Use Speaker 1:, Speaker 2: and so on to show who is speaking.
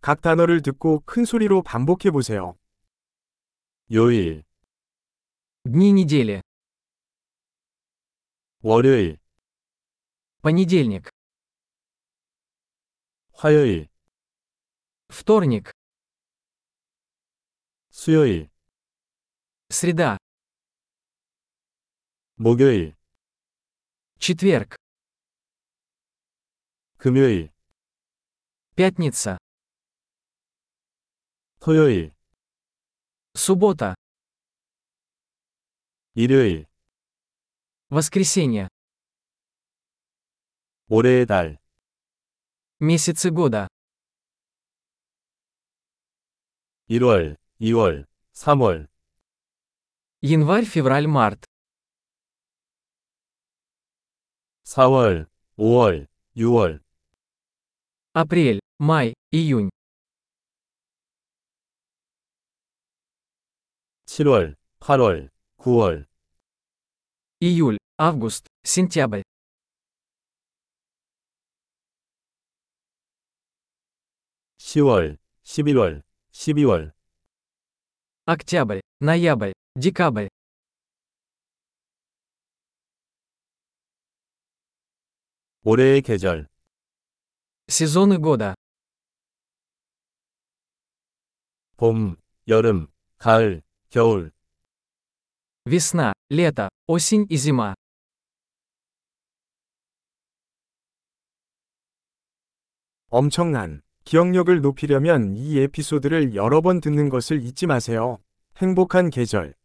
Speaker 1: 각 단어를 듣고 큰 소리로 반복해 보세요.
Speaker 2: 요일,
Speaker 3: Дни недели.
Speaker 2: 월요일,
Speaker 3: Понедельник.
Speaker 2: 화요일,
Speaker 3: Вторник.
Speaker 2: 수요일,
Speaker 3: Среда.
Speaker 2: 목요일,
Speaker 3: Четверг.
Speaker 2: 금요일,
Speaker 3: Пятница.
Speaker 2: 토요일,
Speaker 3: Суббота.
Speaker 2: 일요일,
Speaker 3: Воскресенье.
Speaker 2: 올해의 달,
Speaker 3: Месяцы года.
Speaker 2: 1월, 2월, 3월,
Speaker 3: Январь, февраль, март.
Speaker 2: 4월, 5월, 6월,
Speaker 3: Апрель, май, июнь.
Speaker 2: 7월, 8월, 9월,
Speaker 3: Июль, август, сентябрь.
Speaker 2: 10월, 11월, 12월,
Speaker 3: Октябрь, ноябрь, декабрь.
Speaker 2: 5월, 올해의 계절,
Speaker 3: Сезоны года.
Speaker 2: 봄, 여름, 가을, 겨울,
Speaker 3: Весна, лето, осень и зима.
Speaker 1: 엄청난 기억력을 높이려면 이 에피소드를 여러 번 듣는 것을 잊지 마세요. 행복한 계절